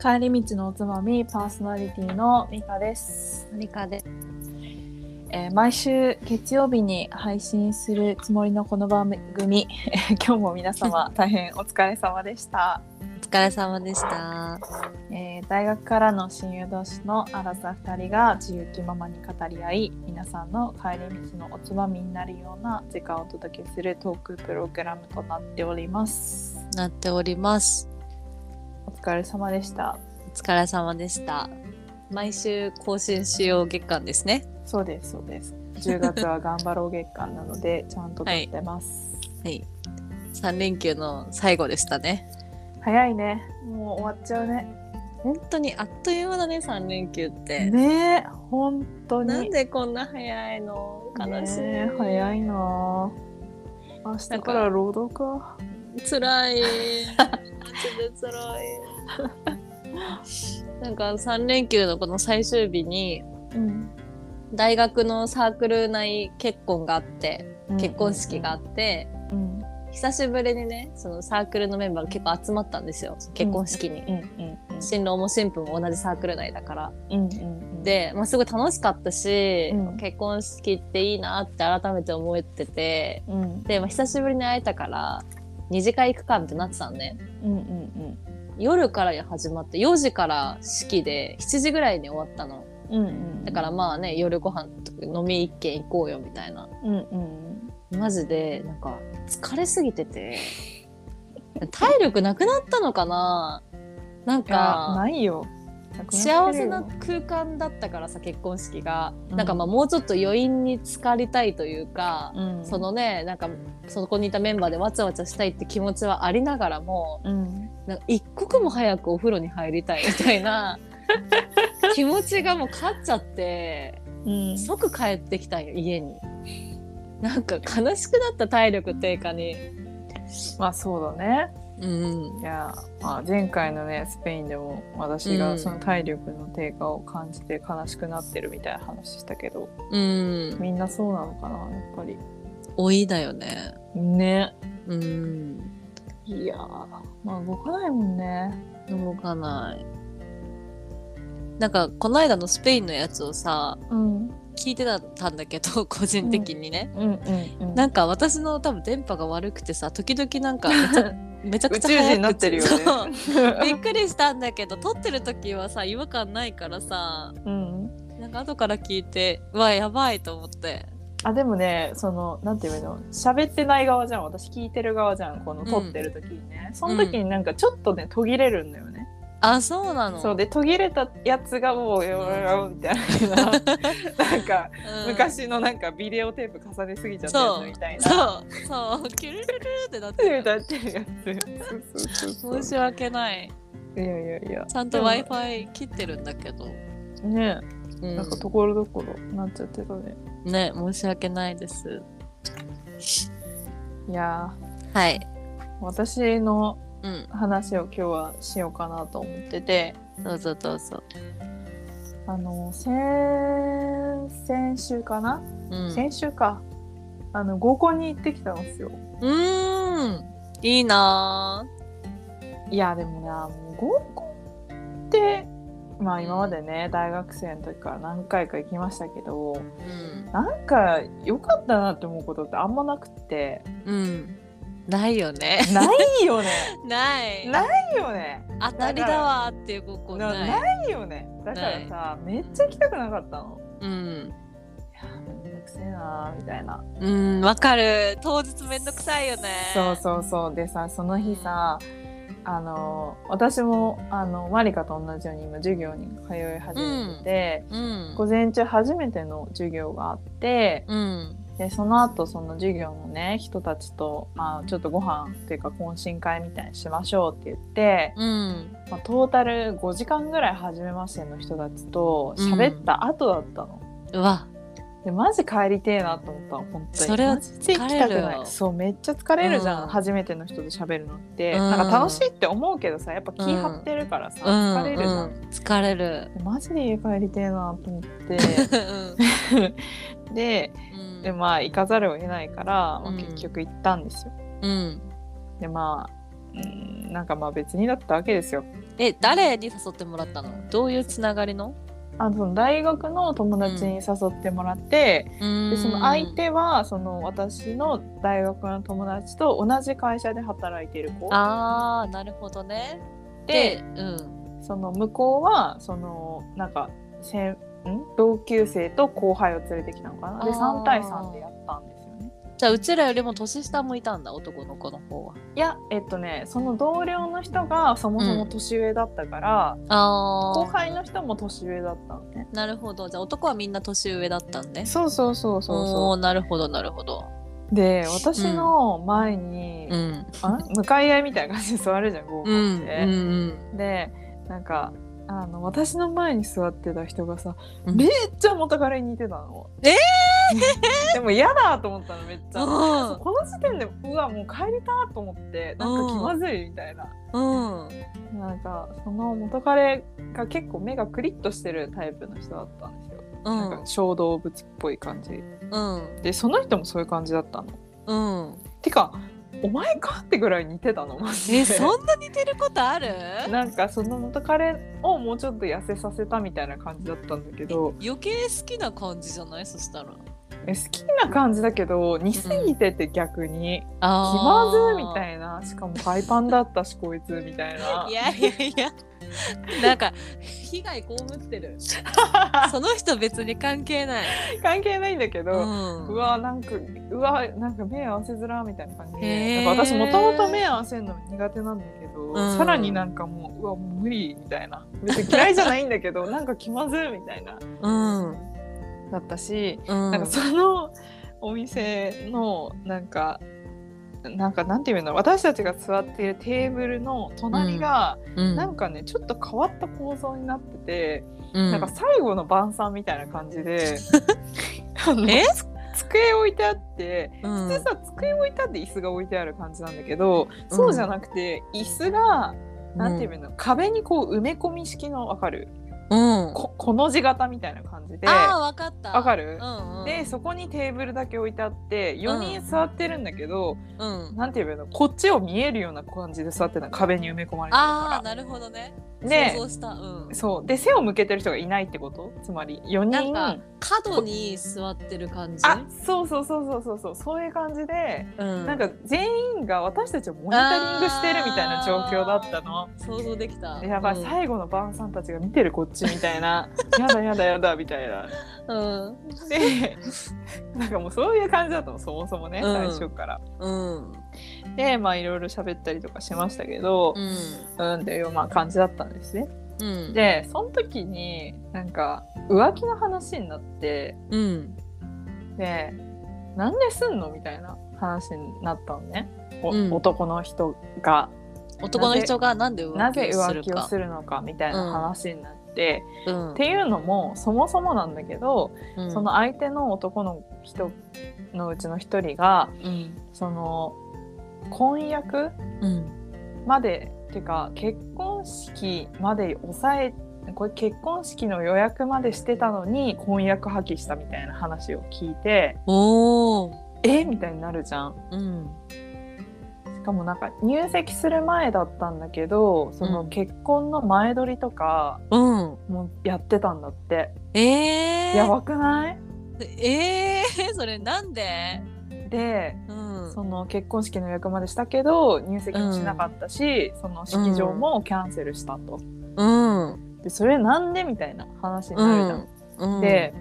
帰り道のおつまみパーソナリティのミカです、のりかでえー毎週月曜日に配信するつもりのこの番組 今日も皆様大変お疲れ様でした、お疲れ様でした。えー大学からの親友同士のアラサー2人が自由気ままに語り合い皆さんの帰り道のおつまみになるような時間をお届けするトークプログラムとなっておりますなっております。お疲れ様でしたお疲れ様でした。毎週更新しよう月間ですね。そうですそうです。10月は頑張ろう月間なのでちゃんと撮ってます。はい。三連休の最後でしたね。早いね。もう終わっちゃうね。本当にあっという間だね、三連休って。ねえ本当に。なんでこんな早いの悲しい。ねえ早いなあ。明日から労働か。辛 い。マジで辛い。なんか三連休のこの最終日にうん。大学のサークル内結婚があって結婚式があっって、て。うん久しぶりにねそのサークルのメンバーが結構集まったんですよ結婚式に、うんうん新郎も新婦も同じサークル内だからうんうん。、で、まあ、すごい楽しかったし、うん結婚式っていいなって改めて思っててうんうんで、まあ、久しぶりに会えたから二次会行くかってなってたのねうんうん夜から始まって4時から式で7時ぐらいに終わったのうんうんうん。だからまあね夜ご飯とか飲み一軒行こうよみたいなうんうん。マジでなんか疲れすぎてて体力なくなったのかななんいやかないよ。なくなっ幸てるせよな空間だったからさ結婚式が、うんなんかまあもうちょっと余韻に浸かりたいというか、うんそのねなんかそこにいたメンバーでわちゃわちゃしたいって気持ちはありながらもうんなんか一刻も早くお風呂に入りたいみた いな気持ちがもう勝っちゃって。うん即帰ってきたんよ家になんか悲しくなった体力低下にまあそうだね。うんいやー、まあ、前回のねスペインでも私うがんその体力の低下を感じて悲しくなってるみたいな話したけどうんみんなそうなのかなやっぱり老いだよねねうんいやーまあ動かないもんね動かないなんかこの間のスペインのやつをさうん聞いてたんだけど 個人的にね、うんうんうんなんか私の多分電波が悪くてさ時々なんかめちゃめちゃく宇ちゃ宙人早口になってるよねそうびっくりしたんだけど撮ってる時はさ違和感ないからさ うんなんか後から聞いてうわやばいと思ってあでもねそのなんていうの喋ってない側じゃん私聞いてる側じゃんこの撮ってる時にね、その時になんかちょっとね途切れるんだよね、あそうなのそうで途切れたやつがもうよよよみたい ななんかうん昔のなんかビデオテープ重ねすぎちゃったやつみたいな。そうそう キュルルルルってなってるだってるやつ。そうそう申し訳ないいやいやいや。ちゃんとでも w i f i 切ってるんだけど、ねうんなんかところどころなっちゃってたね。ね申し訳ないですいやはいー、私のうん話を今日はしようかなと思ってて、どうぞどうぞあの、先、先週かな、うんう先週か。あの、合コンに行ってきたんですよ。ーんいいないや、でもな、もう合コンって、まあ今までね、大学生の時から何回か行きましたけど、ぁうんなんか良かったなって思うことってあんまなく て、うんないよねないよね。 ないないないよね。当たりだわーっていうここなないないよね。だからさ、めっちゃ行きたくなかったの。うんいやめんどくせえなーみたいな。うんわかる当日めんどくさいよねそうそうそう。でさ、その日さ、あの私もあのマリカと同じように今授業に通い始めてて、うん午前中初めての授業があって、うんでその後その授業のね人たちと、まあちょっとご飯っていうか懇親会みたいにしましょうって言って。うんまあ、トータル5時間ぐらい初めましての人たちと喋った後だったの、うわでマジ帰りてえなと思ったの本当にそれはマジで行きたく疲れなるいよそうめっちゃ疲れるじゃん、うん初めての人と喋るのって、うんなんか楽しいって思うけどさやっぱ気張ってるからさ、うん疲れるじゃん、うん疲れる でマジで家帰りてえなと思ってでうんでまあ行かざるを得ないから、まあうん結局行ったんですようんでまうんなんかまあ別にだったわけですよ。え誰に誘ってもらったのどういうつながりのあのその大学の友達に誘ってもらって、ででその相手はその私の大学の友達と同じ会社で働いてる子ああなるほどねででうんその向こうはそのなんかせんん同級生と後輩を連れてきたのかなであー3対3でやったんですよね。じゃあうちらよりも年下もいたんだ男の子の方はいやえっとねその同僚の人がそもそも年上だったから、あ後輩の人も年上だったのね。なるほどじゃあ男はみんな年上だったんでそうそうそうそうおそーなるほどなるほどう。で私の前に、うんあ向かい合いみたいな感じで座るじゃん合コうんンっうて。んでなんかあの私の前に座ってた人がさ、うんめっちゃ元彼に似てたの。え でも嫌だと思ったのめっちゃ。うんこの時点でうわもう帰りたと思ってなんか気まずいみたいな。うんなんかその元彼が結構目がクリッとしてるタイプの人だったんですよ。うなんんか小動物っぽい感じ。うんでその人もそういう感じだったの。うんてかお前かってぐらい似てたのマジで。えそんな似てることある なんかその元彼をもうちょっと痩せさせたみたいな感じだったんだけど余計好きな感じじゃないそしたらえ好きな感じだけど似すぎてて逆に、気あまずみいたいなしかも海パンだったしこいつみたいないやいやいやなんか被害被ってるその人別に関係ない、関係ないんだけうど、んうわなんかうわなんか目合わせづらみたいな感じへでーなんか私もともと目合わせるの苦手なんだけど、うんさらになんかもううわもう無理みたいな別に嫌いじゃないんだけどなんか気まずいみたいなうんうんだったしななんかそのお店のなんかなんかなんていうの私たちが座っているテーブルの隣が、うんなんかねちょっと変わった構造になってて、うんなんか最後の晩餐みたいな感じ であのえつ机置いてあってうん普通さ机置いてあって椅子が置いてある感じなんだけど、そうじゃなくて椅子が。なんていうの、壁にこう埋め込み式のわかるうん、うん、ここの字型みたいな感じでああわわかったかる、うんうん、でそこにテーブルだけ置いてあって4人座ってるんだけど、うん、なんて言えばいいのこっちを見えるような感じで座ってたの壁に埋め込まれてるああかなるほどねら。で想像した、うん、そうで背を向けてる人がいないってことつまり4人なんか角に座ってる感じあそうそうそうそうそうそうそういう感じで、うん、なんか全員が私たちをモニタリングしてるみたいな状況だったの。想像できたやばい、最後の晩さんたちが見てるこっちみたい なやだやだやだみたいな。うんでなんかもうそういう感じだったのそもそもね、うん最初から。うんでまあいろいろ喋ったりとかしましたけどう、んうん、っていうまあ感じだったんですね。うんでその時になんか浮気の話になってうんでなんですんのみたいな話になったのね、おうん男の人が男の人がなんで浮なぜ気をす浮る気をかするのかみたいな話になって、うんっていうのもそもそもなんだけど、うんその相手の男の人のうちの一人がうんその婚約うんまでてか結婚式まで抑えこれ結婚式の予約までしてたのに婚約破棄したみたいな話を聞いておおえみたいになるじゃん。うんしかもなんか入籍する前だったんだけどそうのん結婚の前撮りとかうんもやってたんだって、えー、やばくないえー、それなんででうんその結婚式の予約までしたけど入籍もしなかったし、その式場もキャンセルしたと。うんでそれなんでみたいな話にうなるじゃんんうんで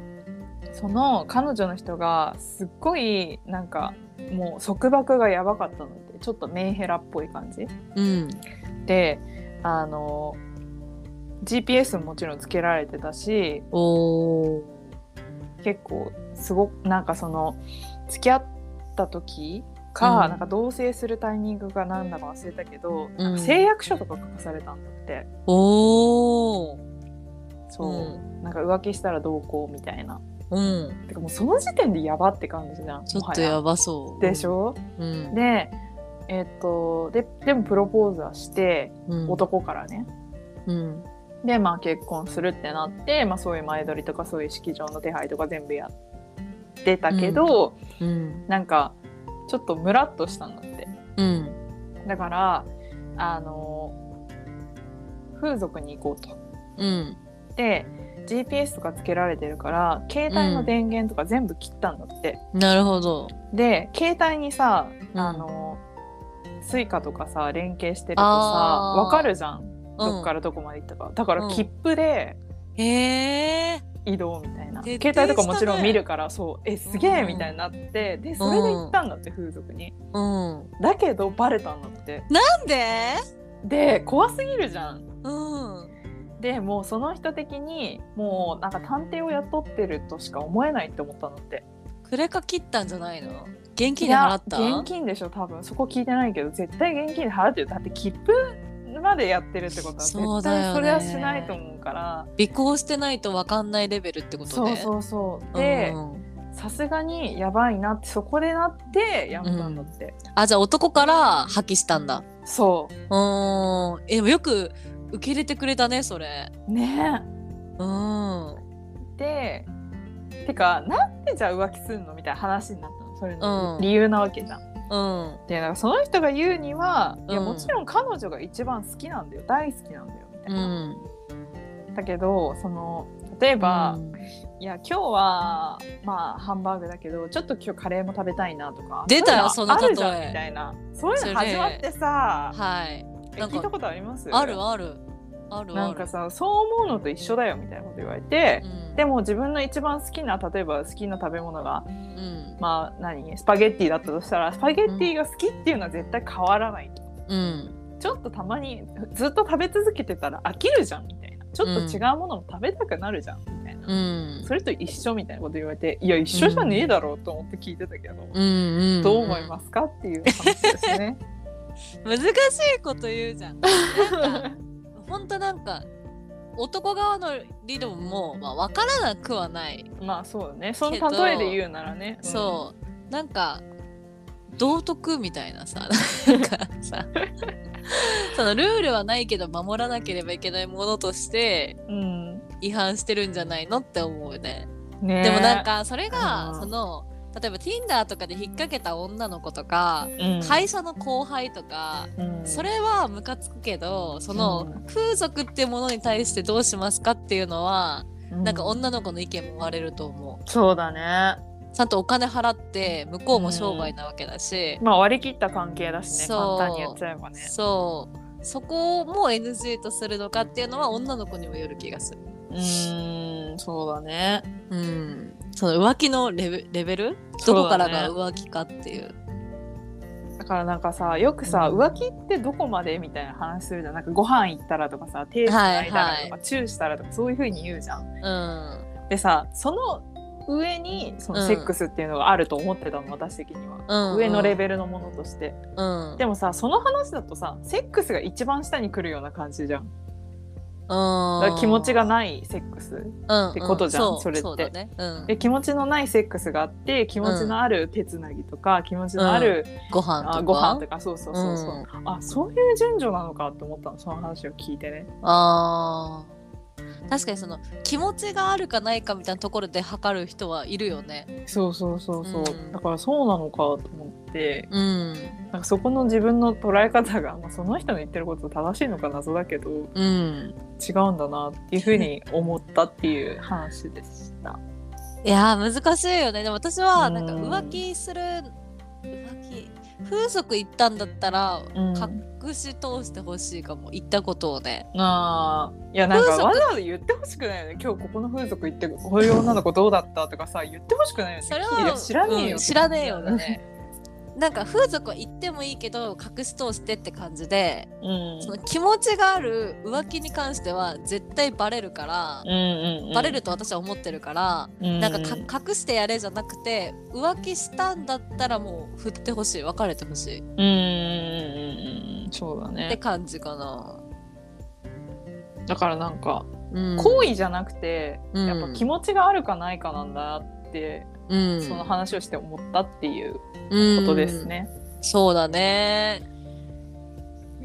その彼女の人がすっごいなんかもう束縛がやばかったのでちょっとメンヘラっぽい感じうんであの GPS ももちろんつけられてたしおー結構すごくなんかその付き合った時か,、うんなんか同棲するタイミングが何だか忘れたけど、うんなんか誓約書とか書かされたんだっておーそうう、なんか浮気したらどうこうみたいなうんてかもうその時点でやばって感じじゃんちょっともはやばそうでしょ、うんでえっとででもプロポーズはしてうん男からね、うんでまあ結婚するってなって、まあ、そういう前撮りとかそういう式場の手配とか全部やってたけど、うんなんかちょっとムラっとしたんだってうんだからあの風俗に行こうと。うん。で GPS とかつけられてるから携帯の電源とか全部切ったんだって。なるほど。で携帯にさああ、。の、スイカとかさ連携してるとさわかるじゃんどっかららどこまで行ったか、だからうん切符でへえ。移動みたいな、徹底携帯とかもちろしたんね見るからそうえすげえうんみたいになってでそれで行ったんだって風俗にうん。だけどバレたんだってなんでで怖すぎるじゃんうん。でもうその人的にもうなんか探偵を雇ってるとしか思えないって思ったんだってクレカ切ったんじゃないの現金で払ったいや現金でしょ多分そこ聞いてないけど絶対現金で払ってるだって切符までやってるってことはそう絶だよね対それはしないと思うから尾行してないと分かんないレベルってことそうね。うそうそうでんさすがにやばいなってそこでなってやめたんだって、あ、じゃあ男から破棄したんだ。そううん。え、でもよく受け入れてくれたね、それ。ねうん。でてかなんでじゃあ浮気すんのみたいな話になったのそれのうん理由なわけじゃん。うん。でなんかその人が言うには、いやうんもちろん彼女が一番好きなんだよ大好きなんだよみたういな。ん。だけどその例えば、うんいや今日はまあハンバーグだけどちょっと今日カレーも食べたいなとか出たよういうのその例えあるじゃんみたいなそういうの始まってさ、はい。えなんか聞いたことありますあるある。あるある。なんかさそう思うのと一緒だよみたいなこと言われてう、ん、でも自分の一番好きな例えば好きな食べ物がうん。まあ何スパゲッティだったとしたらスパゲッティが好きっていうのは絶対変わらない、うん。ちょっとたまにずっと食べ続けてたら飽きるじゃんみたいなちょっと違うものも食べたくなるじゃんみたいな、うん。それと一緒みたいなこと言われていや一緒じゃねえだろうと思って聞いてたけど、うんうん、どう思いますかっていう話です ね。難しいこと言うじゃん。ほんとなんか男側の理論も、まあ、分からなくはない、 まあそうだねその例えで言うならね。うんそうなんか道徳みたいなさ なんか さそのルールはないけど守らなければいけないものとしてうん、違反してるんじゃないのって思うね。ねでもなん、かそれが、うんその例えば Tinder とかで引っ掛けた女の子とか、うん会社の後輩とか、うんそれはムカつくけどそうのん風俗ってものに対してどうしますかっていうのは、うなんか女の子の意見も割れると思うそうだね。ちゃんとお金払って向こうも商売なわけだし、まあ割り切った関係だしねそう簡単に言っちゃえばね。そうそこも NG とするのかっていうのは女の子にもよる気がするうーんそうだね。うんその浮気のレベレベル、そどうだねこからが浮気かっていうだからなんかさよくさ、うん浮気ってどこまでみたいな話するじゃんなんかご飯行ったらとかさ手繋いだらとか、はいはチューしたらとかそういう風に言うじゃん。うんでさその上にそのセックスっていうのがあると思ってたの、私的には。うん上のレベルのものとして、うんでもさその話だとさセックスが一番下に来るような感じじゃんだから気持ちがないセックスってことじゃんそれってそうだね、うん、で気持ちのないセックスがあって気持ちのある手つなぎとか、気持ちのある、ご飯とあか、ご飯とかそうそうそうそううんあそういう順序なのかって思ったのその話を聞いてねあー確かにその気持ちがあるかないかみたいなところで測る人はいるよね。そうそうそうそう、うんだからそうなのかと思ってうんなんかそこの自分の捉え方が、まあ、その人の言ってること正しいのか謎だけど違うん。うんだなっていうふうに思ったっていう話でした。いやー難しいよね。でも私はうんなんか浮気する浮気風俗行ったんだったらうん隠し通してほしいかも行ったことをね。あーいやなんか風俗わざわざ言ってほしくないよね今日ここの風俗行ってこういう女の子どうだったとかさ言ってほしくないよねそれいはや知らねえよ、うん知らねえよだね。なんか風俗は行ってもいいけど隠し通してって感じでうんその気持ちがある浮気に関しては絶対バレるから、うんうんバレると私は思ってるから、なんかうんか隠してやれじゃなくて浮気したんだったらもう振ってほしい別れてほしいっうんうんうんうんそうだてね感じかな。だからなんかうん行為じゃなくて、うんやっぱ気持ちがあるかないかなんだって、うんその話をして思ったっていうこことです。ね、うんそうだね。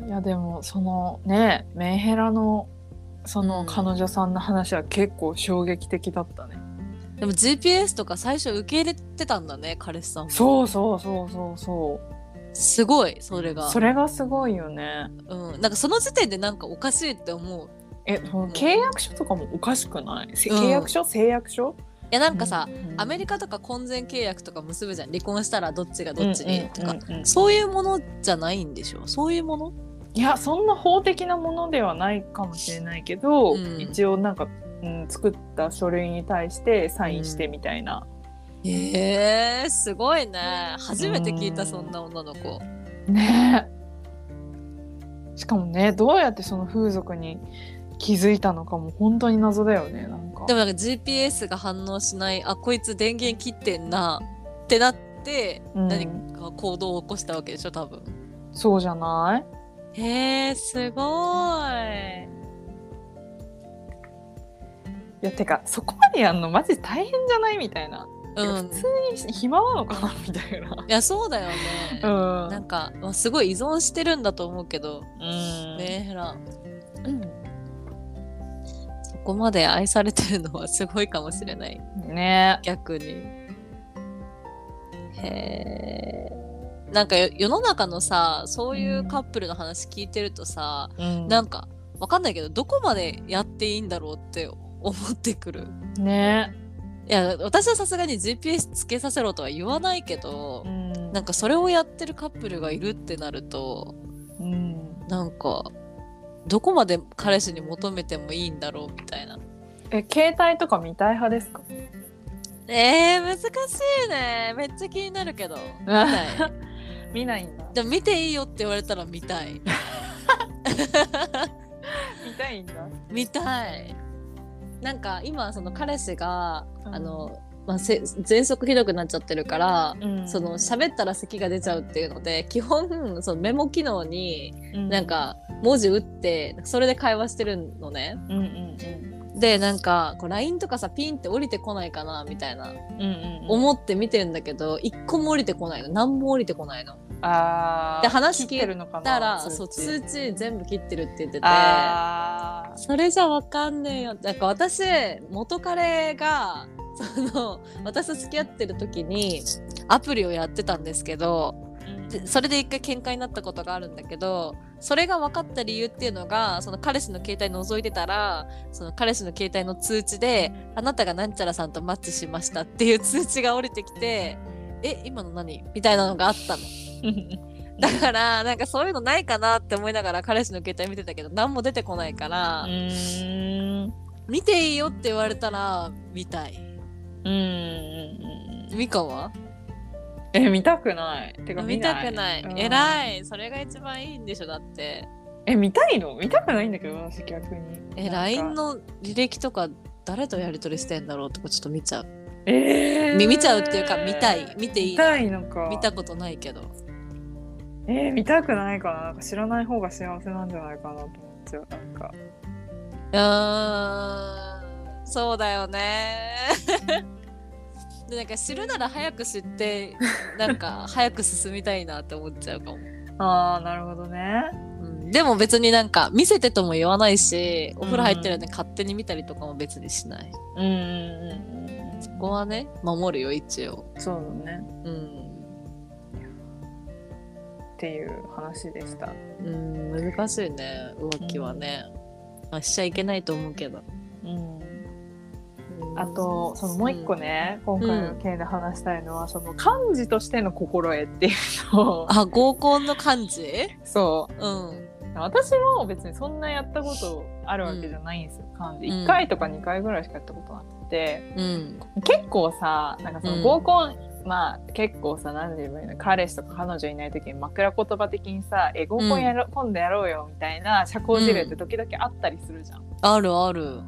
いやでもそのねメンヘラのその彼女さんの話は結構衝撃的だったね、でも GPS とか最初受け入れてたんだね彼氏さんも。そうそうそうそうそうすごいそれがそれがすごいよねうん、なんかその時点でなんかおかしいって思うえその契約書とかもおかしくないせうん契約書、誓約書いやなんかさ、うんアメリカとか婚前契約とか結ぶじゃん離婚したらどっちがどっちにとか、うんうんうんうんそういうものじゃないんでしょそういうものいやそんな法的なものではないかもしれないけど、うん一応なんか、うん、作った書類に対してサインしてみたいな、へえー、すごいね初めて聞いうたんそんな女の子ねえしかもねどうやってその風俗に気づいたのかも本当に謎だよねなんかでもなんか GPS が反応しないあこいつ電源切ってんなってなってうん何か行動を起こしたわけでしょ多分そうじゃないへえー、すごいいやてかそこまでやんのマジ大変じゃないみたいな、てかうん普通に暇なのかなみたいな。いやそうだよね、うん なんか、まあ、すごい依存してるんだと思うけどうんメンヘラそこまで愛されてるのはすごいかもしれないね逆にへえなんかよ世の中のさそういうカップルの話聞いてるとさ、え、うんなんかわかんないけどどこまでやっていいんだろうって思ってくるねいや私はさすがに GPS つけさせろとは言わないけどう、んなんかそれをやってるカップルがいるってなるとうんなんかどこまで彼氏に求めてもいいんだろうみたいなえ携帯とか見たい派ですかえー、難しいねめっちゃ気になるけど見たい見ないんだ でも見ていいよって言われたら見たい見たいんだ見たいなんか今その彼氏が、うんあの、まあ、せ喘息ひどくなっちゃってるから、うんその喋ったら咳が出ちゃうっていうので基本そのメモ機能になん、か文字打ってそれで会話してるのねうん、うんうんでなんかこう LINE とかさピンって降りてこないかなみたいなうんうんうん思って見てるんだけど一個も降りてこないの何も降りてこないのあーで話切ってるのかなだから通知そう通知全部切ってるって言っててあーそれじゃわかんねえよなんか私元彼がその私と付き合ってる時にアプリをやってたんですけど でそれで一回喧嘩になったことがあるんだけどそれが分かった理由っていうのがその彼氏の携帯覗いてたらその彼氏の携帯の通知で「あなたがなんちゃらさんとマッチしました」っていう通知が降りてきて「え今の何?」みたいなのがあったの。だからなんかそういうのないかなって思いながら彼氏の携帯見てたけど何も出てこないから。うーん見ていいよって言われたら見たいうんうんうんミカは え見たくないてか見たくないうん偉いそれが一番いいんでしょだってえ見たいの見たくないんだけど私逆にえなんか LINE の履歴とか誰とやり取りしてんだろうとかちょっと見ちゃう、えーみ見ちゃうっていうか見たい見ていい見たいのか見たことないけどえー見たくないかななんか知らない方が幸せなんじゃないかなと思っちゃうなんかうーんそうだよね でなんか知るなら早く知ってなんか早く進みたいなって思っちゃうかも、ああなるほどねうん、でも別になんか見せてとも言わないしお風呂入ってるんで勝手に見たりとかも別にしないうんうんうんここはね守るよ一応うんそうだねうん、っていう話でしたうん、難しいね浮気はね、まあ、しちゃいけないと思うけど、うんあとそのもう一個ね、今回の件で話したいのは、その漢字としての心得っていうのうをん、あ合コンの感じそううん私も別にそんなやったことあるわけじゃないんですよ、漢字うん1回とか2回ぐらいしかやったことなくて、うん結構さなんかそうんの合コン、まあ結構さ何て言えばいいの彼氏とか彼女いない時に枕言葉的にさ「え合コンやろ、今度やろうよ」みたいな社交辞令って時々あったりするじゃん。あるある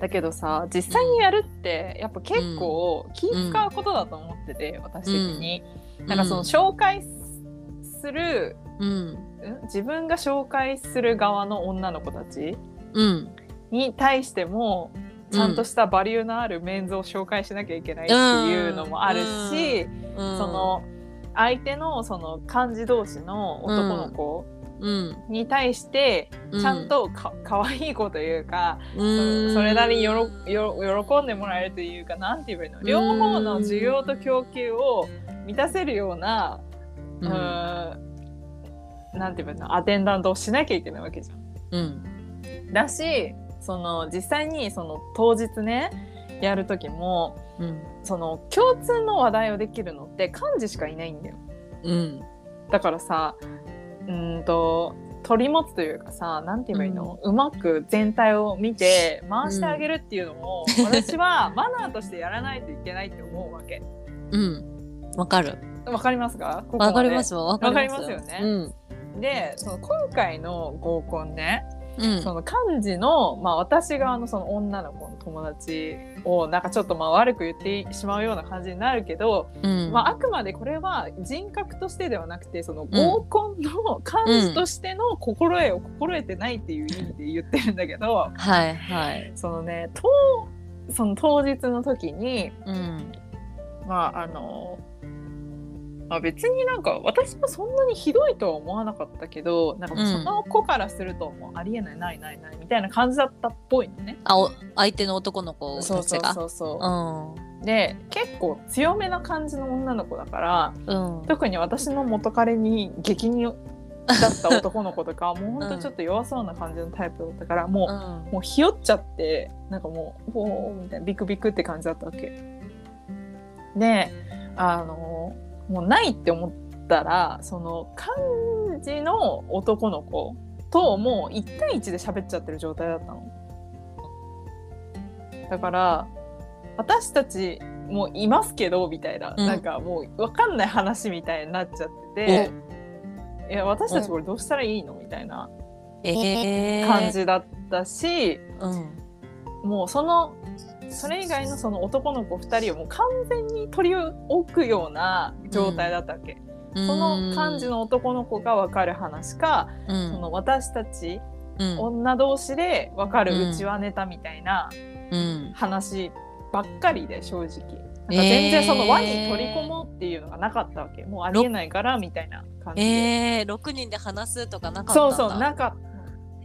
だけどさ実際にやるってやっぱ結構気使うことだと思ってて、私的に。なんかその紹介する、うんん自分が紹介する側の女の子たちうんに対してもちゃんとしたバリューのあるメンズを紹介しなきゃいけないっていうのもあるし、うんその相手のその漢字同士の男の子うんに対してうちゃんとか,、可愛い子というか、うんそれなりによろよ喜んでもらえるというかなんて言えばいいの両方の需要と供給を満たせるようなううんーんなんていうのアテンダントをしなきゃいけないわけじゃん。うんだしその実際にその当日ねやる時もうんその共通の話題をできるのって幹事しかいないんだよ。うんだからさうーんと取り持つというかさなんて言えばいいの、うまく全体を見て回してあげるっていうのも、私はマナーとしてやらないといけないって思うわけ。うんわかるわかりますかここまでわかりますわわかりますわかりますよねうんでその今回の合コンねうんその幹事の、まあ、私側のその女の子の友達をなんかちょっとまあ悪く言ってしまうような感じになるけど、うんまあ、あくまでこれは人格としてではなくてその合コンの幹事としての心得を心得てないっていう意味で言ってるんだけど、はいはいそのね当その当日の時にうんまああの。まあ、別になんか私もそんなにひどいとは思わなかったけどなんかうんその子からするともうありえないないないないみたいな感じだったっぽいのね。あお相手の男の子そうたそちうがそうそうう、んで結構強めな感じの女の子だからうん特に私の元彼に激にだった男の子とかもうほんとちょっと弱そうな感じのタイプだったからもう,、うんもうひよっちゃってなんかもう「おー」みたいなビクビクって感じだったわけ。であのもうないって思ったらその漢字の男の子ともう1対1で喋っちゃってる状態だったの。だから私たちもういますけどみたいな、うんなんかもう分かんない話みたいになっちゃってて。いや私たちこれどうしたらいいのみたいなええ感じだったし、うんもうそのそれ以外のその男の子2人をもう完全に取り置くような状態だったわけ、その感じの男の子が分かる話か、うんその私たちうん女同士で分かるうちはネタみたいなうん話ばっかりで正直なんか全然その輪に取り込もうっていうのがなかったわけもうありえないからみたいな感じで、ええ六人で話すとかなかったんそだうそうなかった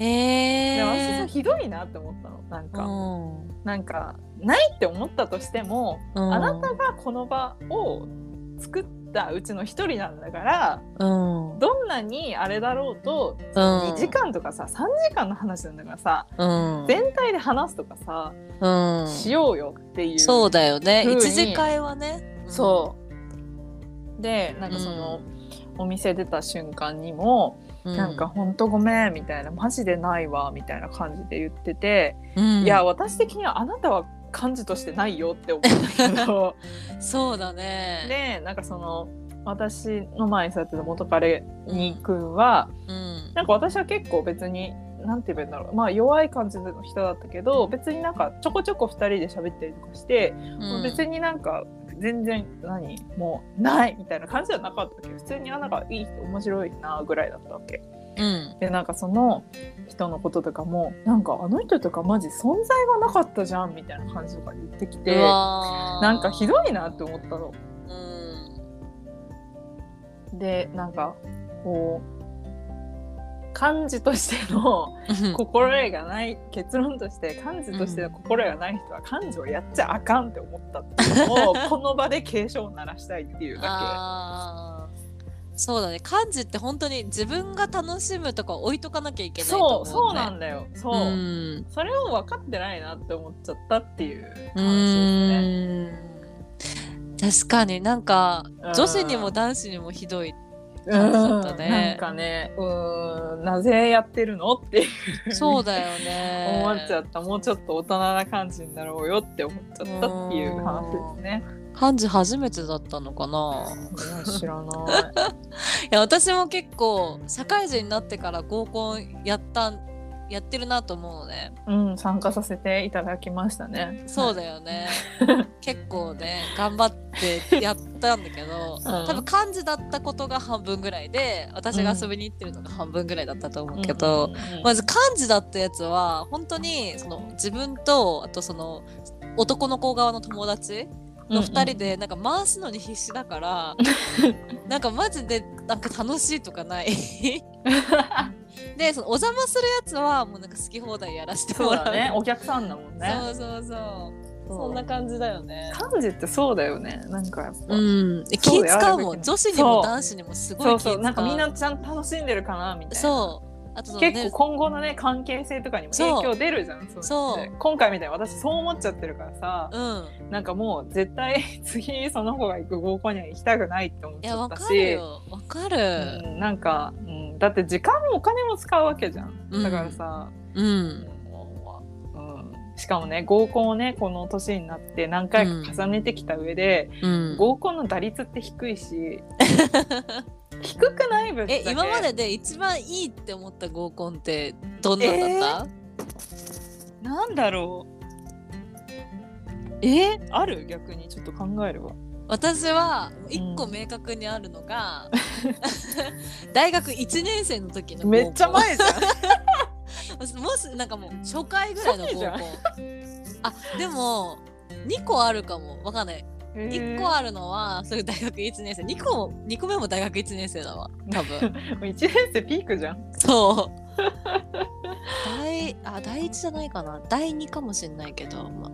えで私えさひどいなって思ったのなんか、うんなんかないって思ったとしても、うんあなたがこの場を作ったうちの一人なんだからうんどんなにあれだろうとうん2時間とかさ3時間の話なんだからさうん全体で話すとかさ、うんしようよっていう。そうだよね風に一次会はねそうでなんかその、お店出た瞬間にも、うんなんかほんとごめんみたいなマジでないわみたいな感じで言ってて、うんいや私的にはあなたは幹事としてないよって思ったけどそうだねでなんかその私の前に座ってた元彼に君は、うんなんか私は結構別になんて言えばいいんだろうまあ弱い感じの人だったけど別になんかちょこちょこ2人で喋ったりとかして、うん別になんか全然何もうないみたいな感じじゃなかったわけど普通にあなんかいい人面白いなぐらいだったわけうんでなんかその人のこととかもなんかあの人とかマジ存在がなかったじゃんみたいな感じとか言ってきてうわーなんかひどいなって思ったの。うんでなんかこう漢字としての心得がない結論として漢字としての心得がない人は漢字をやっちゃあかんって思ったっていう のをこの場で警鐘を鳴らしたいっていうだあーそうだね漢字って本当に自分が楽しむとか置いとかなきゃいけけないと思、そううそうね、なんだよそう、うんそれを分かってないなって思っちゃったっていう話うですね。ーん確かになんかうん女子にも男子にもひどい、う感んじだったねなんかねうーんなぜやってるのっていうそうだよ ね思っちゃったもうちょっと大人な感じになろうよって思っちゃったっていう話ですね。漢字初めてだったのかな知らない。いや私も結構社会人になってから合コンやったやってるなと思うのねうん、参加させていただきましたね。そうだよ ね結構ね頑張ってやったんだけど、ん多分漢字だったことが半分ぐらいで私が遊びに行ってるのが半分ぐらいだったと思うけど、まず漢字だったやつは本当にその自分とあとその男の子側の友達の2人でなんか回すのに必死だ から、なんかマジでなんか楽しいとかない でそのお邪魔するやつはもうなんか好き放題やらせてそもう らうだね、お客さんだもんね。そうそうそうそそんうな感じだよね。漢字ってそうだよねなんかやっぱ、うん、そうえ気だよ使うあもれだけんね女子にも男子にもすごい気そう使うそうなんかみんなちゃんと楽しんでるかなみたいなそうあとそのね結構今後のね関係性とかにも影響出るじゃんそういうのって今回みたいに私そう思っちゃってるからさ、うんなんかもう絶対 次その子が行く合コンには行きたくないって思っいちやゃわったかるしよわかうるん、なんか、うん、だって時間もお金も使うわけじゃんうんだからさ、うん、もううんしかもね合コンをねこの年になって何回か重ねてきた上で、うん合コンの打率って低い し低くないぶっちゃえけ今までで一番いいって思った合コンってどんなだったなんだろえうある逆にちょっと考えるわ私は一個うん明確にある のが、大学1年生の時の合コンめっちゃ前じゃ んもしなんかもう初回ぐらいの合コン初あでも2個あるかもわかんないえー1個あるのはそれ大学1年生2個も二個目も大学1年生だわ多分 もう一年生ピークじゃんそう第あ第1じゃないかな第2かもしんないけど、まあ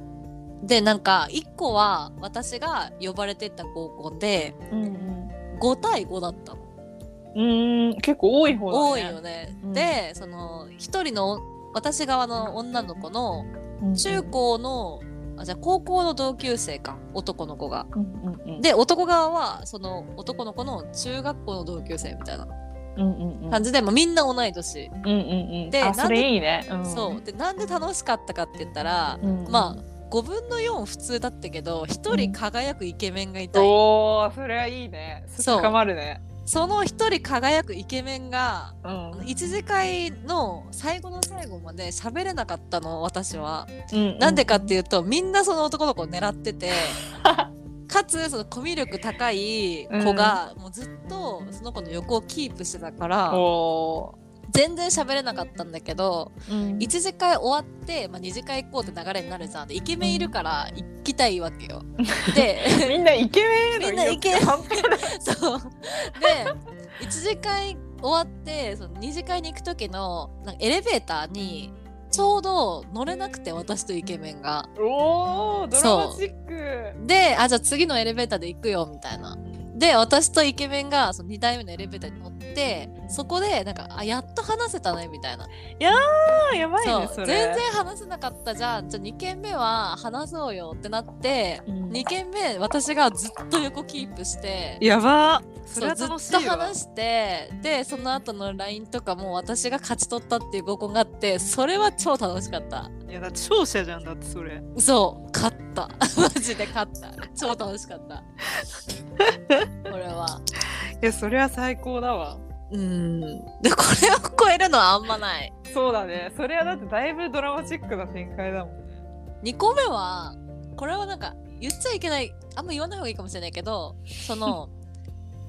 でなんか1個は私が呼ばれてった合コンでうん5対5だったの、うん結構多い方多いだねよね、うんでその1人の私側の女の子の多いよね中高のあじゃあ高校の同級生か男の子がうんうんうんで男側はその男の子の中学校の同級生みたいなうんうんうん感じで、まあ、みんな同い年、うんうんうんであなんでそれいいね、うん、そうでなんで楽しかったかって言ったら、うんまあ5分の4普通だったけど1人輝くイケメンがいたい、おおそれはいいねそう深まるねその1人輝くイケメンがうん1次会の最後の最後まで喋れなかったの私は。うんなんでかっていうとみんなその男の子を狙って てかつそのコミュ力高い子がもうずっとその子の横をキープしてたから、お全然喋れなかったんだけどーうん1次会終わって、まあ、2次会行こうって流れになるじゃんでイケメンいるから行きたいわ けよ。でみんなイケメンのみんなイケメン半端ないそうで1次会終わってその2次会に行く時のなんかエレベーターにちょうど乗れなくて私とイケメンが。 おおドラマチックで、あ、じゃあ次のエレベーターで行くよ、みたいな。で、私とイケメンがその2台目のエレベーターに乗って、そこで、なんか、あ、やっと話せたね、みたいな。あーやばいねそ、そうれ全然話せなかったじゃん。じゃあ2軒目は話そうよってなって、うん2軒目、私がずっと横キープして、やばそれそうはず楽っとしいわ話してでその後の LINE とかも私が勝ち取ったっていう合コンがあってそれは超楽しかったいやだって勝者じゃんだってそれそう勝った マジで勝った超楽しかったこれはいやそれは最高だわうんでこれを超えるのはあんまないそうだねそれはだってだいぶドラマチックな展開だもん2個目はこれはなんか言っちゃいけないあんま言わない方がいいかもしれないけどそ の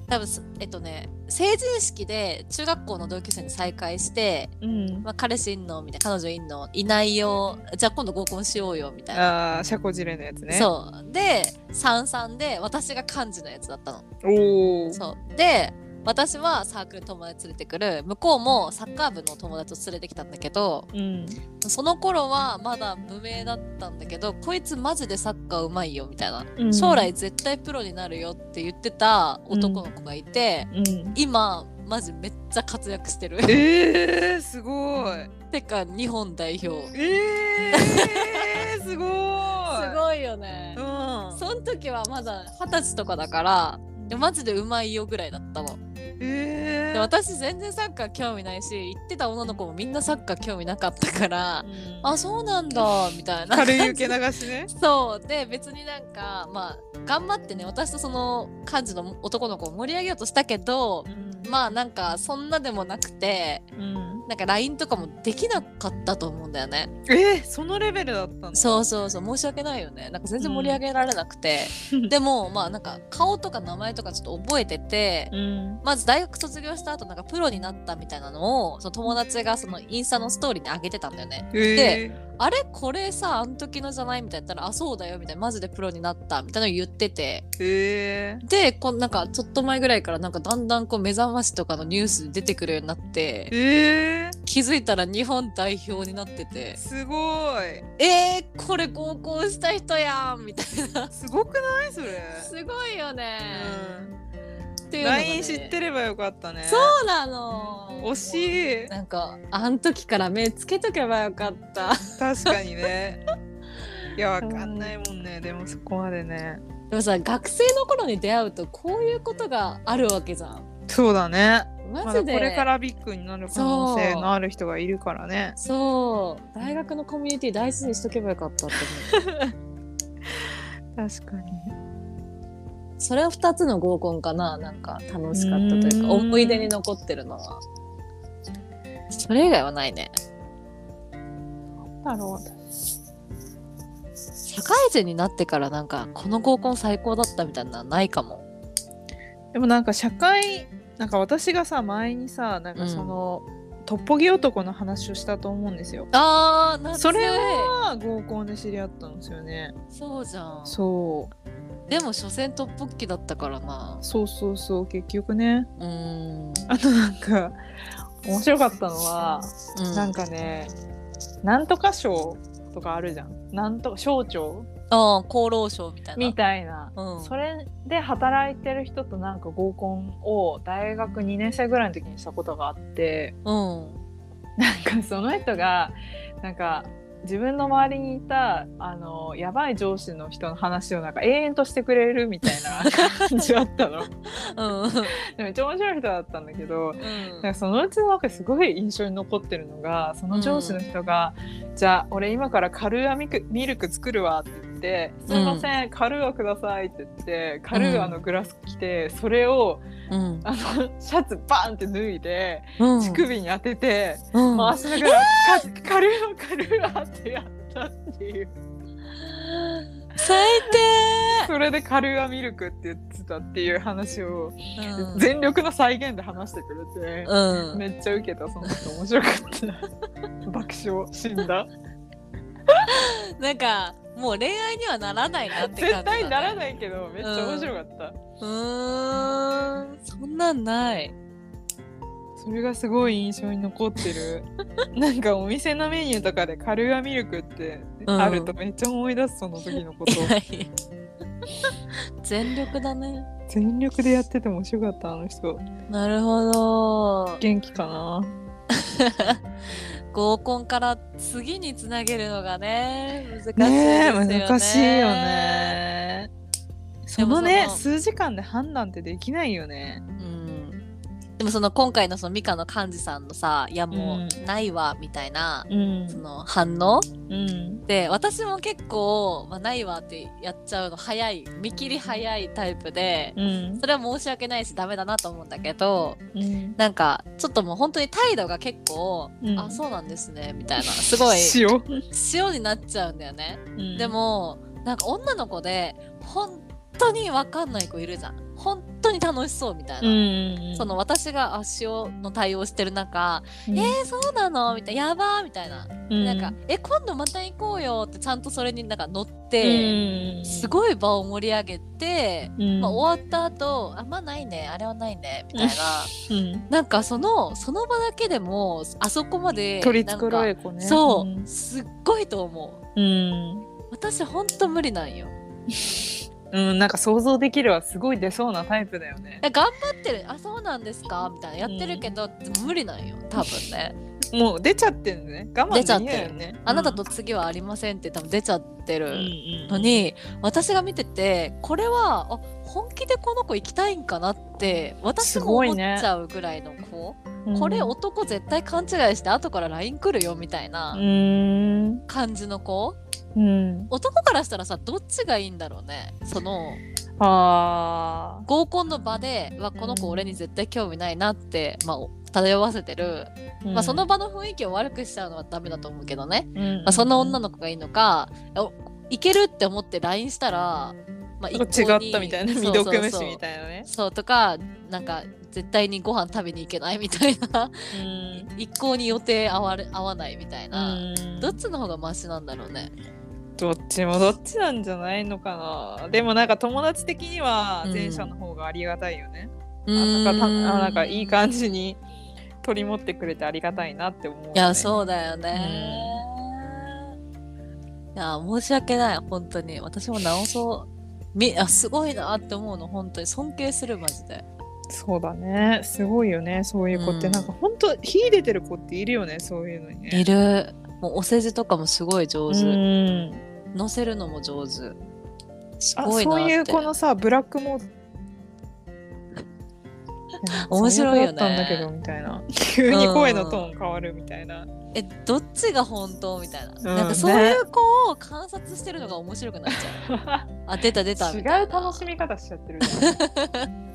多分すえっとね成人式で中学校の同級生に再会して、うんまあ、彼氏いんのみたいな彼女いんのいないよじゃあ今度合コンしようよみたいな、ああ社交辞令のやつねそうで三々で私が幹事のやつだったのおおそうで私はサークル友達連れてくる向こうもサッカー部の友達を連れてきたんだけどうんその頃はまだ無名だったんだけどこいつマジでサッカーうまいよみたいな、うん将来絶対プロになるよって言ってた男の子がいて、うん今マジめっちゃ活躍してる えー、すごいてか日本代表すえー、すごい ごいよねう、んその時はまだ二十歳とかだからでマジでうまいよぐらいだったのえでー、私全然サッカー興味ないし行ってた女の子もみんなサッカー興味なかったからうんあそうなんだみたいな軽い受け流しね そうで別になんかまあ頑張ってね私とその幹事の男の子を盛り上げようとしたけどまあなんかそんなでもなくてうんなんか LINE とかもできなかったと思うんだよねえー、そのレベルだったんだそうそうそう申し訳ないよねなんか全然盛り上げられなくて、でもまあなんか顔とか名前とかちょっと覚えてて、うんまず大学卒業した後なんかプロになったみたいなのをその友達がそのインスタのストーリーに上げてたんだよね。えー、あれこれさあん時のじゃないみたいな言ったらあそうだよみたいなマジでプロになったみたいなの言っててへえでこうなんかちょっと前ぐらいからなんかだんだんこう目覚ましとかのニュースに出てくるようになってえ気づいたら日本代表になっててすごいえー、これ合コンした人やんみたい なすごくないそれすごいよね、っていうのがね LINE 知ってればよかったねそうなの惜しいなんかあん時から目つけとけばよかった 確かにねいやわかんないもんねでもそこまでねでもさ学生の頃に出会うとこういうことがあるわけじゃんそうだねマまジだで、これからビッグになる可能性のある人がいるからねそう大学のコミュニティ大事にしとけばよかったって思確かに うそれは2つの合コンかななんか楽しかったというかうーん思い出に残ってるのはそれ以外はないねだろう社会人になってからなんかこの合コン最高だったみたいなのはないかもでもなんか社会なんか私がさ前にさなんかその、トッポギ男の話をしたと思うんですよあー懐かしいそれは合コンで知り合ったんですよねそうじゃんそうでも所詮トッポッキだったからなそうそうそう結局ねうーんあとなんか面白かったのは、うんなんかねなんとか賞とかあるじゃんなんと省庁ああ厚労省みたいなみたいな、うんそれで働いてる人となんか合コンを大学2年生ぐらいの時にしたことがあってうんなんかその人がなんか自分の周りにいたあのやばい上司の人の話をなんか永遠としてくれるみたい な感じだったの。 うんでめっちゃ面白い人だったんだけどうんなんかそのうちのなんかすごい印象に残ってるのがその上司の人が「じゃあ俺今からカルーアミクミルク作るわ」って言って「すいません、カルーアください」って言ってカルーアのグラス着てそれをうんあのシャツバーンって脱いでうん乳首に当ててうん回しながら「かカルーアカルーア」ってやったっていう最それでカルーアミルクって言ってたっていう話を低うん全力の再現で話してくれて。うんめっちゃウケたその人面白か った爆笑死んだなんかもう恋愛にはならないなって絶感じだ、ね、対ならいないけどめっちゃ面白かった、うーんそんなんないそれがすごい印象に残って るなんかお店のメニューとかでカルーアミルクってうんあるとめっちゃ思い出すその時の こといやいや全力だね全力でやってて面白かったあの人なるほど元気かな合コンから次につなげるのがね難しいですよねねえ難しいよねそのねでもそ数時間で判断ってできないよねうんでもその今回のそのミカの幹事さんのさ「いやもうないわ」みたいな、うんその反応うんで私も結構「まあ、ないわ」ってやっちゃうの早い見切り早いタイプでうんそれは申し訳ないしダメだなと思うんだけどうんなんかちょっともう本当に態度が結構「うんあそうなんですね」みたいなすご い塩、塩になっちゃうんだよね。うんでもなんか女の子で本当に分かんない子いるじゃん本当に楽しそうみたいな。その私が足をの対応してる中「えー、そうなの?」みたいな「やばー」みたいな,、なんか「え今度また行こうよ」ってちゃんとそれになんか乗って、すごい場を盛り上げて、まあ、終わった後あんまあないねあれはないね」みたいななんかそのその場だけでもあそこまで取り繕なんえか子ねそう、すっごいと思ううん、私ほんと無理なんようん、なんか想像できるはすごい出そうなタイプだよねえ頑張ってる「あそうなんですか」みたいなやってるけど、無理なんよ多分ねもう出ちゃってるね我慢できないよねあなたと次はありませんって多分出ちゃってうんるのに、私が見ててこれはあ本気でこの子行きたいんかなって私すもご思いっちねゃうぐらいの子、うんこれ男絶対勘違いして後から LINE 来るよみたいうなん感じの子うん男からしたらさどっちがいいんだろうねそのあ合コンの場ではこの子俺に絶対興味ないなって、まあお漂わせてる、ー、まあ、その場の雰囲気を悪くしちゃうのはダメだと思うけどねうん、うんまあ、その女の子がいいのか、おいけるって思って LINE したらまなあんか違ったみたいな未読無視みいたいなねなそうとかなんか絶対にご飯食べに行けないみたいなうん一向に予定合われ合わないみたいな、うんどっちの方がマシなんだろうねどっちもどっちなんじゃないのかなでもなんか友達的にはうん前者の方がありがたいよね、うあーんなんかたあなんかいい感じに取り持ってくれてありがたいなって思う、ね、いやそうだよね、いや申し訳ない本当に私も直そうみあすごいなって思うの本当に尊敬するマジでそうだねすごいよねそういう子って、うんなんかほんと秀でてる子っているよねそういうのにねいるもうお世辞とかもすごい上手、うん乗せるのも上手すあごいなそうっていうこのさブラックモー 面白いよねそうう子だったんだけどみたいな急に声のトーン変わるみたい な、 えどっちが本当みたいな,、んなんかそういう子を観察してるのが面白くなっちゃう、あ出た出た違みたいうな楽しみ方しちゃってるじゃん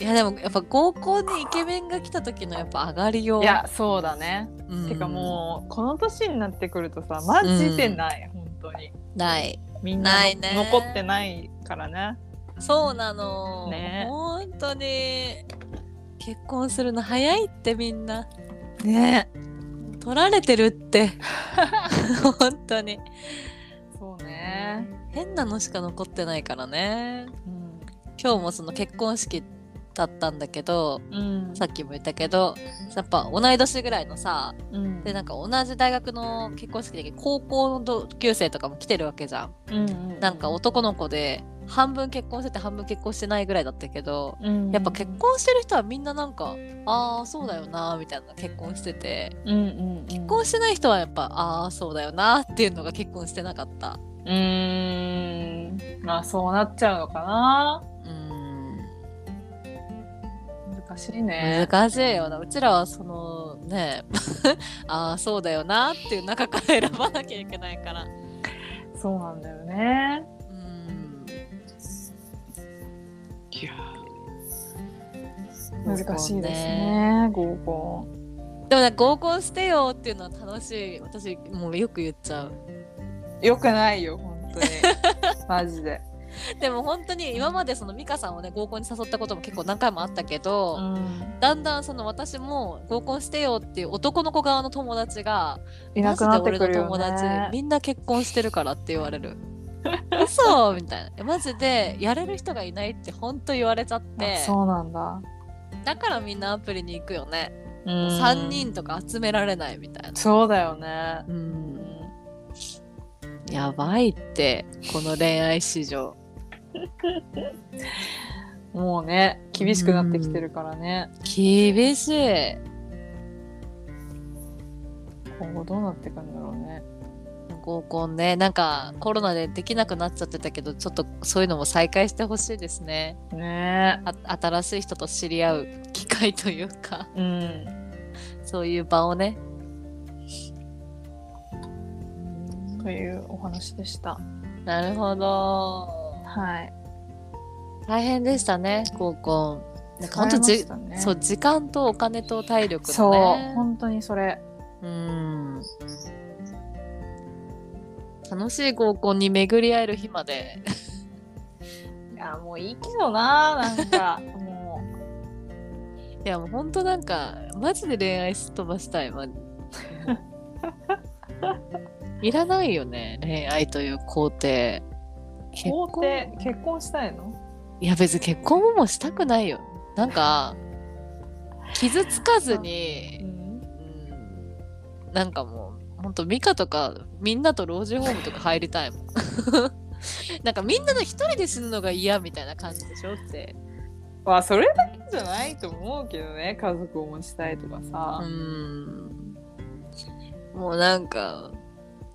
いやでもやっぱ合コンにイケメンが来た時のやっぱ上がりよう いやそうだね、うんてかもうこの年になってくるとさマジでない、本当にないみんなのないね残ってないからねそうなの、ね本当に結婚するの早いってみんなね取られてるって 本当にそうね、変なのしか残ってないからねうん今日もその結婚式だったんだけどうんさっきも言ったけどやっぱ同い年ぐらいのさうんでなんか同じ大学の結婚式で高校の同級生とかも来てるわけじゃんうんうんなんか男の子で半分結婚してて半分結婚してないぐらいだったけどうんやっぱ結婚してる人はみんななんかああそうだよなーみたいな結婚しててうんうんうん結結婚してない人はやっぱああそうだよなーっていうのが結婚してなかったうーんまあそうなっちゃうのかなうー難しいねん難しいよなうちらはそのね ああそうだよなーっていう中から選ばなきゃいけないからうそうなんだよねーんいや難しいですね合コンでもね合コンしてよっていうのは楽しい私もうよく言っちゃうよくないよ本 当にマジででも本当に今までその美香さんをね合コンに誘ったことも結構何回もあったけど、んだんだんその私も合コンしてよっていう男の子側の友達がいなくなってくマジるでよ俺の友ね達みんな結婚してるからって言わ れる嘘みたいなえマジでやれる人がいないって本当言われちゃってあそうなんだだからみんなアプリに行くよね、うん3人とか集められないみたいなそうだよねううんんやばいってこの恋愛市場もうね厳しくなってきてるからね厳しい今後どうなってくんだろうね合コンねなんかコロナでできなくなっちゃってたけどちょっとそういうのも再開してほしいですねねあ新しい人と知り合う機会というかえうんそういう場をねというお話でした。なるほどはい。大変でしたね合コンなんか本当疲れまじしたねそう時間とお金と体力そう、のね本当にそれ。うん楽しい合コンに巡り合える日までいやもういいけどな、なん かもいやもうほんとなんかマジで恋愛すっ飛ばしたいマジ いらないよね恋愛という工程う結法婚廷結婚したいの？いや別に結婚ももうしたくないよなんか傷つかずに、ん。うんなんかもうほんとミカとかみんなと老人ホームとか入りたいもん なんかみんなの一人で死ぬのが嫌みたいな感じでしょってまあそれだけじゃないと思うけどね、家族を持ちたいとかさ。うーんもうなんか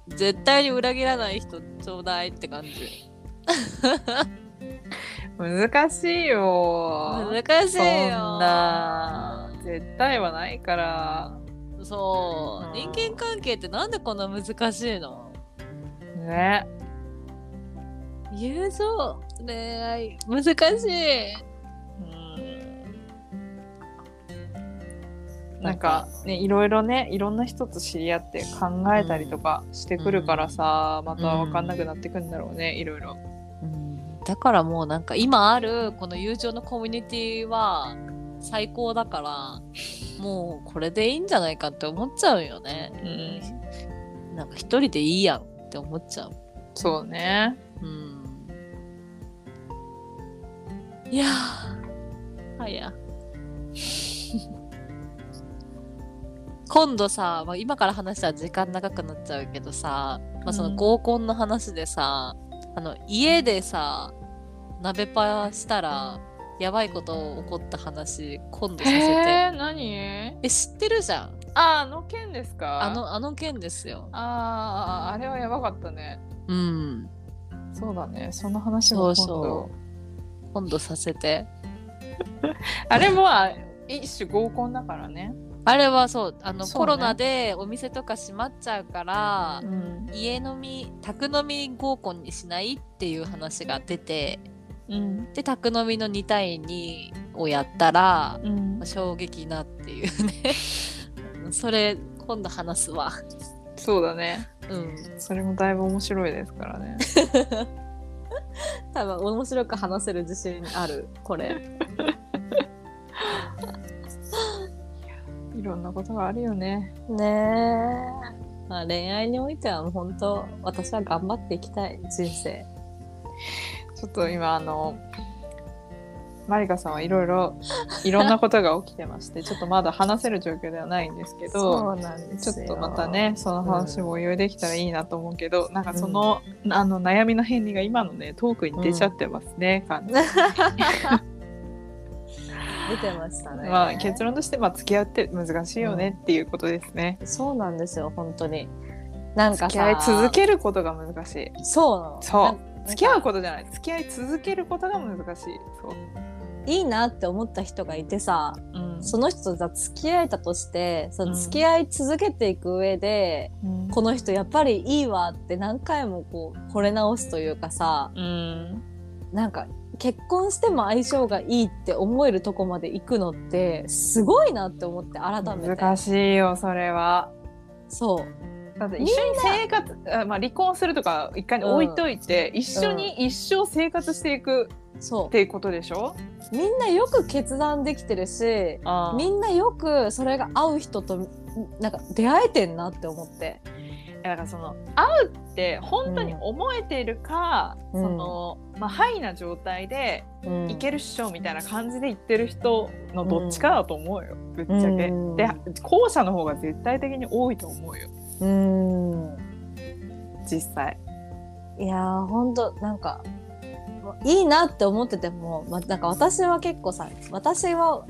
絶対に裏切らない人ちょうだいって感じ難しいよ。難しいそよんな絶対はないからそううん人間関係ってなんでこんな難しいのね。友情恋愛難しいなんかねいろいろねいろんな人と知り合って考えたりとかしてくるからさ、また分かんなくなってくんだろうねいろいろ。うんだからもうなんか今あるこの友情のコミュニティは最高だからもうこれでいいんじゃないかって思っちゃうよねうん、なんか一人でいいやんって思っちゃうそうね。うんいやーはや今度さ、まあ、今から話したら時間長くなっちゃうけどさ、まあ、そうんの合コンの話でさ、あの家でさ鍋パしたらやばいこと起こった話今度させてえ、何え知ってるじゃんあ、あの件ですかあ、のあの件ですよあーあれはやばかったね。うんそうだね、その話も今度そうそ今度させてあれもあ一種合コンだからね。あれはそうあのそうねコロナでお店とか閉まっちゃうから、ん。家飲み宅飲み合コンにしないっていう話が出てうん。で宅飲みの2対2をやったらうん、衝撃なっていうね それ今度話すわそうだね。うんそれもだいぶ面白いですからね。多分面白く話せる自信あるこれいろんなことがあるよね。ねえまあ恋愛においてはもう本当私は頑張っていきたい人生ちょっと今あのマリカさんはいろい ろいろんなことが起きてまして、ちょっとまだ話せる状況ではないんですけど、うなんでちょっとまたねその話もお祝いできたらいいなと思うけど、なんかその,、あの悩みの変理が今のねトークに出ちゃってますね。感じ出てましたね、まあ結論としてまあ付き合うって難しいよねっていうことですね。そうなんですよ本当になんか付き合いさ続けることが難しい。そうなのそうなんなんか付き合うことじゃない付き合い続けることが難しい。そう。いいなって思った人がいてさうんその人とさ付き合えたとしてそうんの付き合い続けていく上で、うんこの人やっぱりいいわって何回もこう惚れ直すというかさうんなんか結婚しても相性がいいって思えるとこまで行くのってすごいなって思って改めて難しいよそれは。そうだって一緒に生活あ、まあ、離婚するとか一回に置いといて、一緒に一生生活していくそっていうことでしょ、うみんなよく決断できてるしあみんなよくそれが合う人となんか出会えてんなって思ってだからその会うって本当に思えているか、うんそのまあハイな状態でうんいけるっしょみたいな感じで言ってる人のどっちかだと思うよ、ぶっちゃけ。うんで後者の方が絶対的に多いと思うようん実際。いやーほんとなんかいいなって思ってても、ま、なんか私は結構さ私は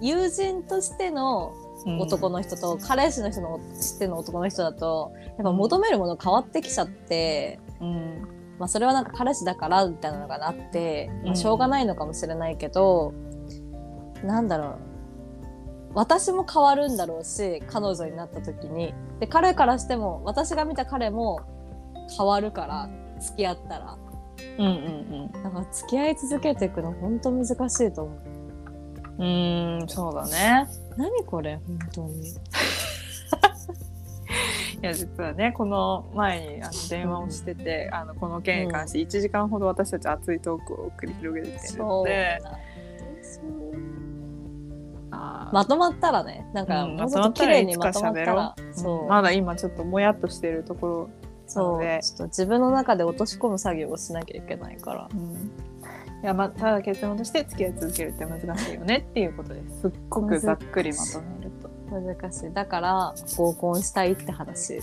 友人としての男のの人と、彼氏の人のとしての男の人だとやっぱ求めるもの変わってきちゃって、うんまあ、それはなんか彼氏だからみたいなのがあって、うまんあ、しょうがないのかもしれないけど、なんだろう私も変わるんだろうし彼女になった時にで彼からしても私が見た彼も変わるから付き合ったらうんうんなんか付き合い続けていくの本当難しいと思ううんうーんそうだね。何これ本当にいや実はねこの前にあの電話をしてて、あのこの件に関して1時間ほど私たち熱いトークを繰り広げてきてるのであーまとまったらねなんかうんもうちょっと綺麗にまとまったまらとそう、まだ今ちょっともやっとしてるところ、そうなのでちょっと自分の中で落とし込む作業をしなきゃいけないからいやまあただ結論として付き合い続けるって難しいよねっていうことですすっごくざっくりまとめると難しいだから合コンしたいって話い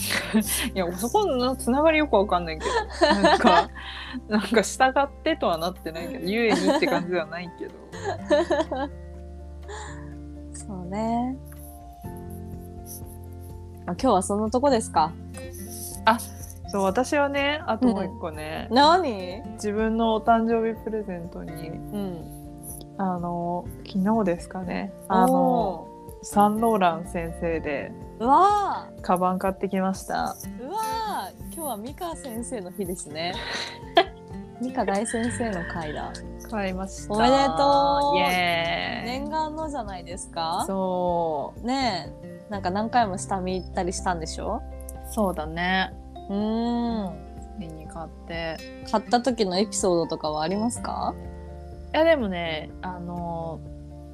やそこのつながりよくわかんないけどなん かなんか従ってとはなってないけどゆえにって感じではないけどそうねあ今日はそんなとこですかそう私はねあともう一個ね、何自分のお誕生日プレゼントにうんあの昨日ですかねああののサンローラン先生でうわーカバン買ってきましたうわー今日は美香先生の日です ね美香大先生の回だ買いましたおめでとうイエーイ、念願のじゃないですかそうねえなんか何回も下見行ったりしたんでしょそうだねうーんメニュー買って買った時のエピソードとかはありますかいやでもねあの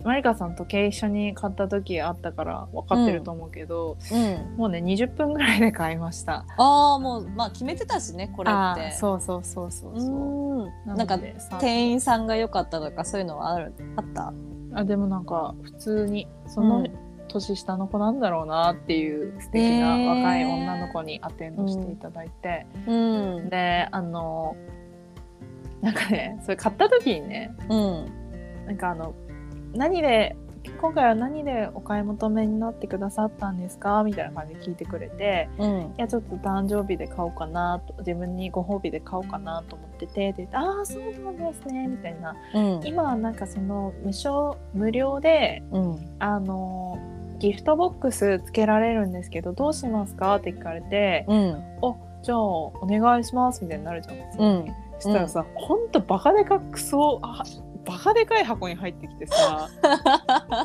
マリカさん時計一緒に買った時あったから分かってると思うけど、うんもうね20分ぐらいで買いましたああもうまあ決めてたしねこれっあてーそうそうそうそうそううーんなんかのでさ店員さんが良かったとかそういうのはあるあったあでもなんか普通にそうんの年下の子なんだろうなっていう素敵なへー若い女の子にアテンドしていただいて、うんであのなんかねそれ買った時にねうんなんかあの何で今回は何でお買い求めになってくださったんですかみたいな感じで聞いてくれてうんいやちょっと誕生日で買おうかなと自分にご褒美で買おうかなと思っててでああそうなんですねみたいなうん今はなんかその無償無料でうんあのギフトボックスつけられるんですけどどうしますかって聞かれてうん「あじゃあお願いします」みたいになるじゃん。うんそしたらさ、ほんとバカでかくそあバカでかい箱に入ってきて さ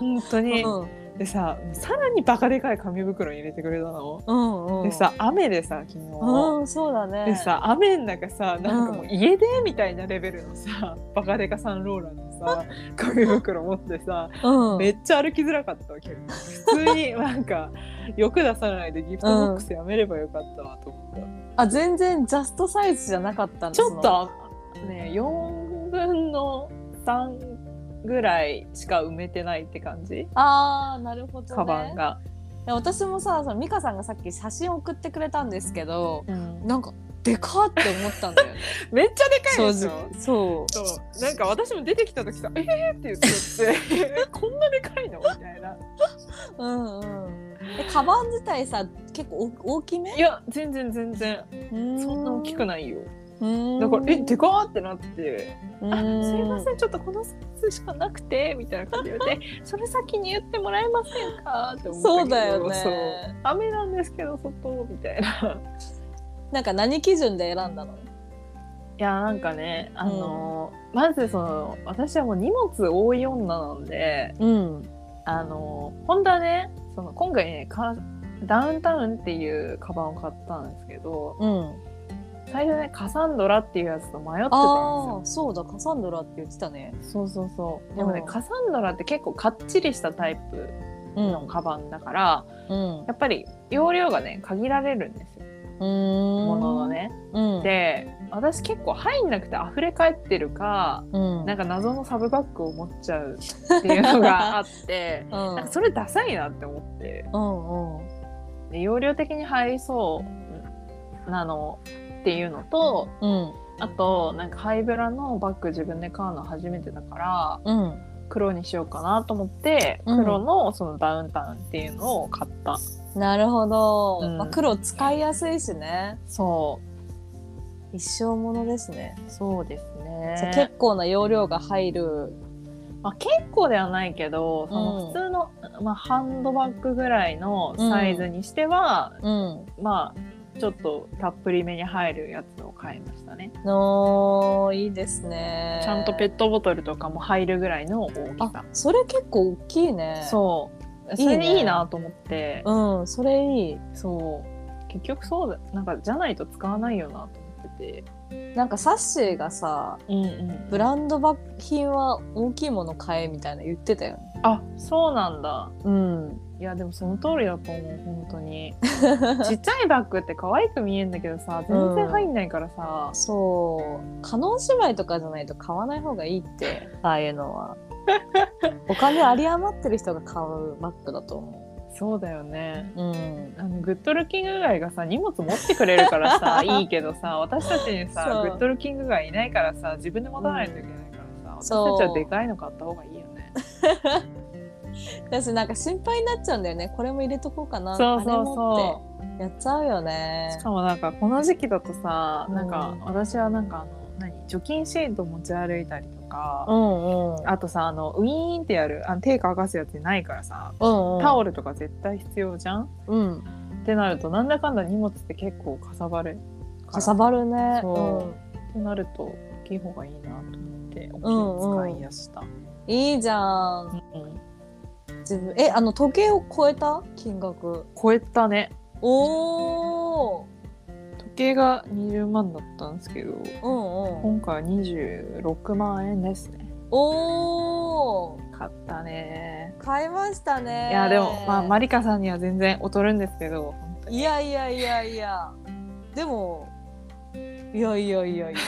本当にうんでささらにバカでかい紙袋に入れてくれたの。うんうでんさ雨でさ昨日。うんそうだねでさ雨の中さなんかもう家でみたいなレベルのさ、バカでかサンローランのさ紙袋持ってさうんめっちゃ歩きづらかったわけよ普通になんか欲出さないでギフトボックスやめればよかったわと思った、あ全然ジャストサイズじゃなかったんちょっとね4分の3ぐらいしか埋めてないって感じああなるほどねカバンが、いや私もさその美香さんがさっき写真送ってくれたんですけどなんかでかって思ったんだよねめっちゃ でかいで正しょ直そそうなんか私も出てきた時さ「えー!」って言って てこんなでかいのみたいなううんうんでカバン自体さ結構お大きめいや全然全然そんな大きくいないよだだから「えでかー!」ってなってうあーんすいませんちょっとこのサイズしかなくてみたいな感じで言 ってそれ先に言ってもらえませんかって思ったけどそうだよねそう雨なんですけど外みたいななんか何基準で選んだの いやなんかねあの、まずその私はもう荷物多い女なんでうんあの本当はねその今回ねかダウンタウンっていうカバンを買ったんですけどうん最初ねカサンドラっていうやつと迷ってたんですあよあそうだカサンドラって言ってたねそうそうそうでもね、うんカサンドラって結構かっちりしたタイプうのカバンだから、うんうやっぱり容量がね限られるんですよーんもののね。うんで私結構入んなくて溢れ返ってるかうんなんか謎のサブバッグを持っちゃうっていうのがあってうんなんかそれダサいなって思ってうんうんで容量的に入りそうなのっていうのとうんあとなんかハイブラのバッグ自分で買うの初めてだからうん黒にしようかなと思ってうん黒のそのダウンタウンっていうのを買った。なるほど、うんまあ、黒使いやすいしねそ一生ものですねうそうですねじゃあ結構な容量が入るまあ、結構ではないけどそのう普ん通の、まあ、ハンドバッグぐらいのサイズにしては、うんまあちょっとたっぷりめに入るやつを買いましたね、のいいですねちゃんとペットボトルとかも入るぐらいの大きあさそれ結構大きいねそういいそれねでいいなと思ってうんそれいいそう結局そうだなんかじゃないと使わないよなと思っててなんかサッシーがさうんうんブランドバッグ品は大きいもの買えみたいな言ってたよねあそうなんだうんいやでもその通りだと思う本当 にちっちゃいバッグって可愛く見えるんだけどさ全然入んないからさ、そう加納姉妹とかじゃないと買わない方がい いってああいうのはお金有り余ってる人が買うバッグだと思そうだよね。ううんあのグッドルッキング街がさ荷物持ってくれるから さいいけどさ私たちにそさうグッドルッキング街いないからさ自分で持たないといけないからさ、そう私たちはでかいの買った方がいいよね。私なんか心配になっちゃうんだよねこれも入れとこうかなそうそうあれもそってやっちゃうよねう。しかもなんかこの時期だとさなんうかん私はなんかあの何除菌シート持ち歩いたりとか。うんうん。あとさあのウィーンってやるあの手乾かすやつないからさうんうん、タオルとか絶対必要じゃん、うん。ってなるとなんだかんだ荷物って結構かさばるからかさばるね。そうってなると大きい方がいいなと思って大きいの使いやした、うんいいじゃん。自分えあの時計を超えた金額。超えたねおお。時計が20万だったんですけどうんうん。今回は26万円ですねおお。買ったね買いましたね。いやでもまあマリカさんには全然劣るんですけど本当にいやいやいやいや。でも。いやいやいやいや。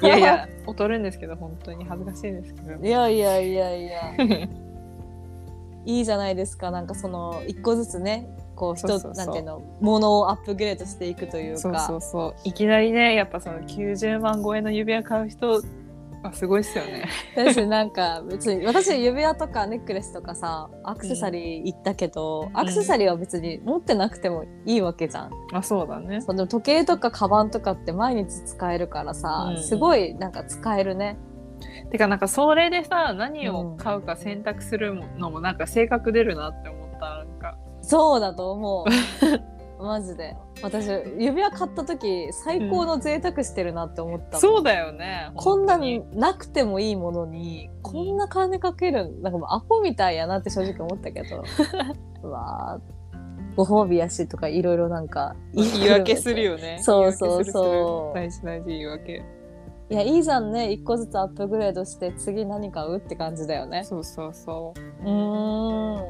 いやいや劣るんですけど本当に恥ずかしいですけどいやいやいやい や。いいじゃないですか。なんかその一個ずつね。こう一つそうそうそうなんていうの、ものをアップグレードしていくというか。そうそうそういきなりねやっぱその90万超えの指輪買う人はすごいっすよね私なん か別に私指輪とかネックレスとかさアクセサリー行ったけど、アクセサリーは別に持ってなくてもいいわけじゃん、あそうだねその時計とかカバンとかって毎日使えるからさ、うんすごいなんか使えるねてかなんかそれでさ何を買うか選択するのもなんか性格出るなって思ったなんかそうだと思 うマジで私指輪買った時最高の贅沢してるなって思ったの、そうだよねこんな本当にになくてもいいものにこんな金かけるなんかもうアホみたいやなって正直思ったけどうわーご褒美やしとかいろいろなんか言い訳するよねそう言いそう訳するするそう大事大事言い訳いやいいじゃんね一個ずつアップグレードして次何買うって感じだよねそうそうそううーん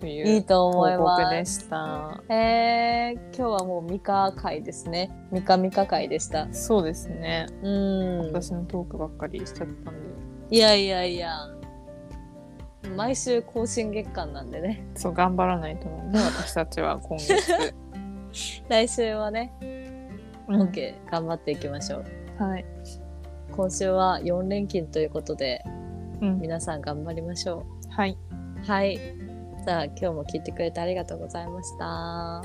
といういいと思い報ま告すでしたえー、今日はもうミカ会ですねミカミカ会でしたそうですねうーん私のトークばっかりしちゃったんでいやいやいや毎週更新月間なんでねそう頑張らないと思うね私たちは今 月来週はね OK、頑張っていきましょううんはい今週は4連勤ということでうん皆さん頑張りましょはいうはいじゃあ今日も聞いてくれてありがとうございました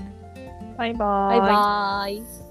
バイババイバーイ